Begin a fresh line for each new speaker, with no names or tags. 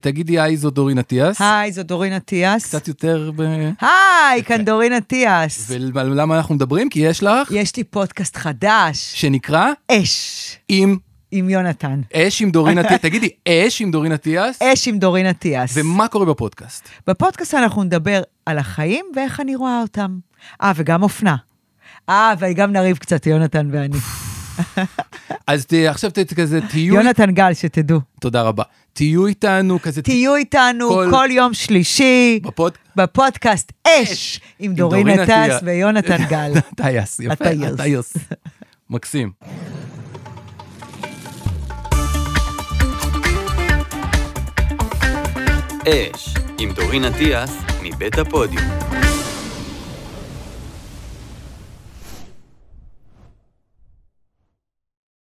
תגידי היי, זו דורין אטיאס.
היי, זו דורין אטיאס.
קצת יותר ב...
היי, כאן דורין אטיאס.
ולמה אנחנו מדברים? כי יש לך,
יש לי פודקאסט חדש,
שנקרא
אש,
עם
עם יונתן.
אש עם דורין אטיאס. תגידי, אש עם דורין אטיאס?
אש עם דורין אטיאס.
ומה קורה בפודקאסט?
בפודקאסט אנחנו נדבר על החיים ואיך אני רואה אותם. אה, וגם אופנה. אה, וגם נריב קצת, יונתן ואני.
אז ת- עכשיו ת- כזה תהיו...
יונתן גל, שתדעו.
תודה רבה. תהיו איתנו כזה...
תהיו איתנו
כל-
כל יום שלישי
בפוד...
בפודקאסט אש עם דורין
דורין
אטיאס
אטיאס.
ויונתן גל.
טייס, יפה,
הטייס.
הטייס. מקסים.
אש, עם דורין אטיאס, מבית הפודיום.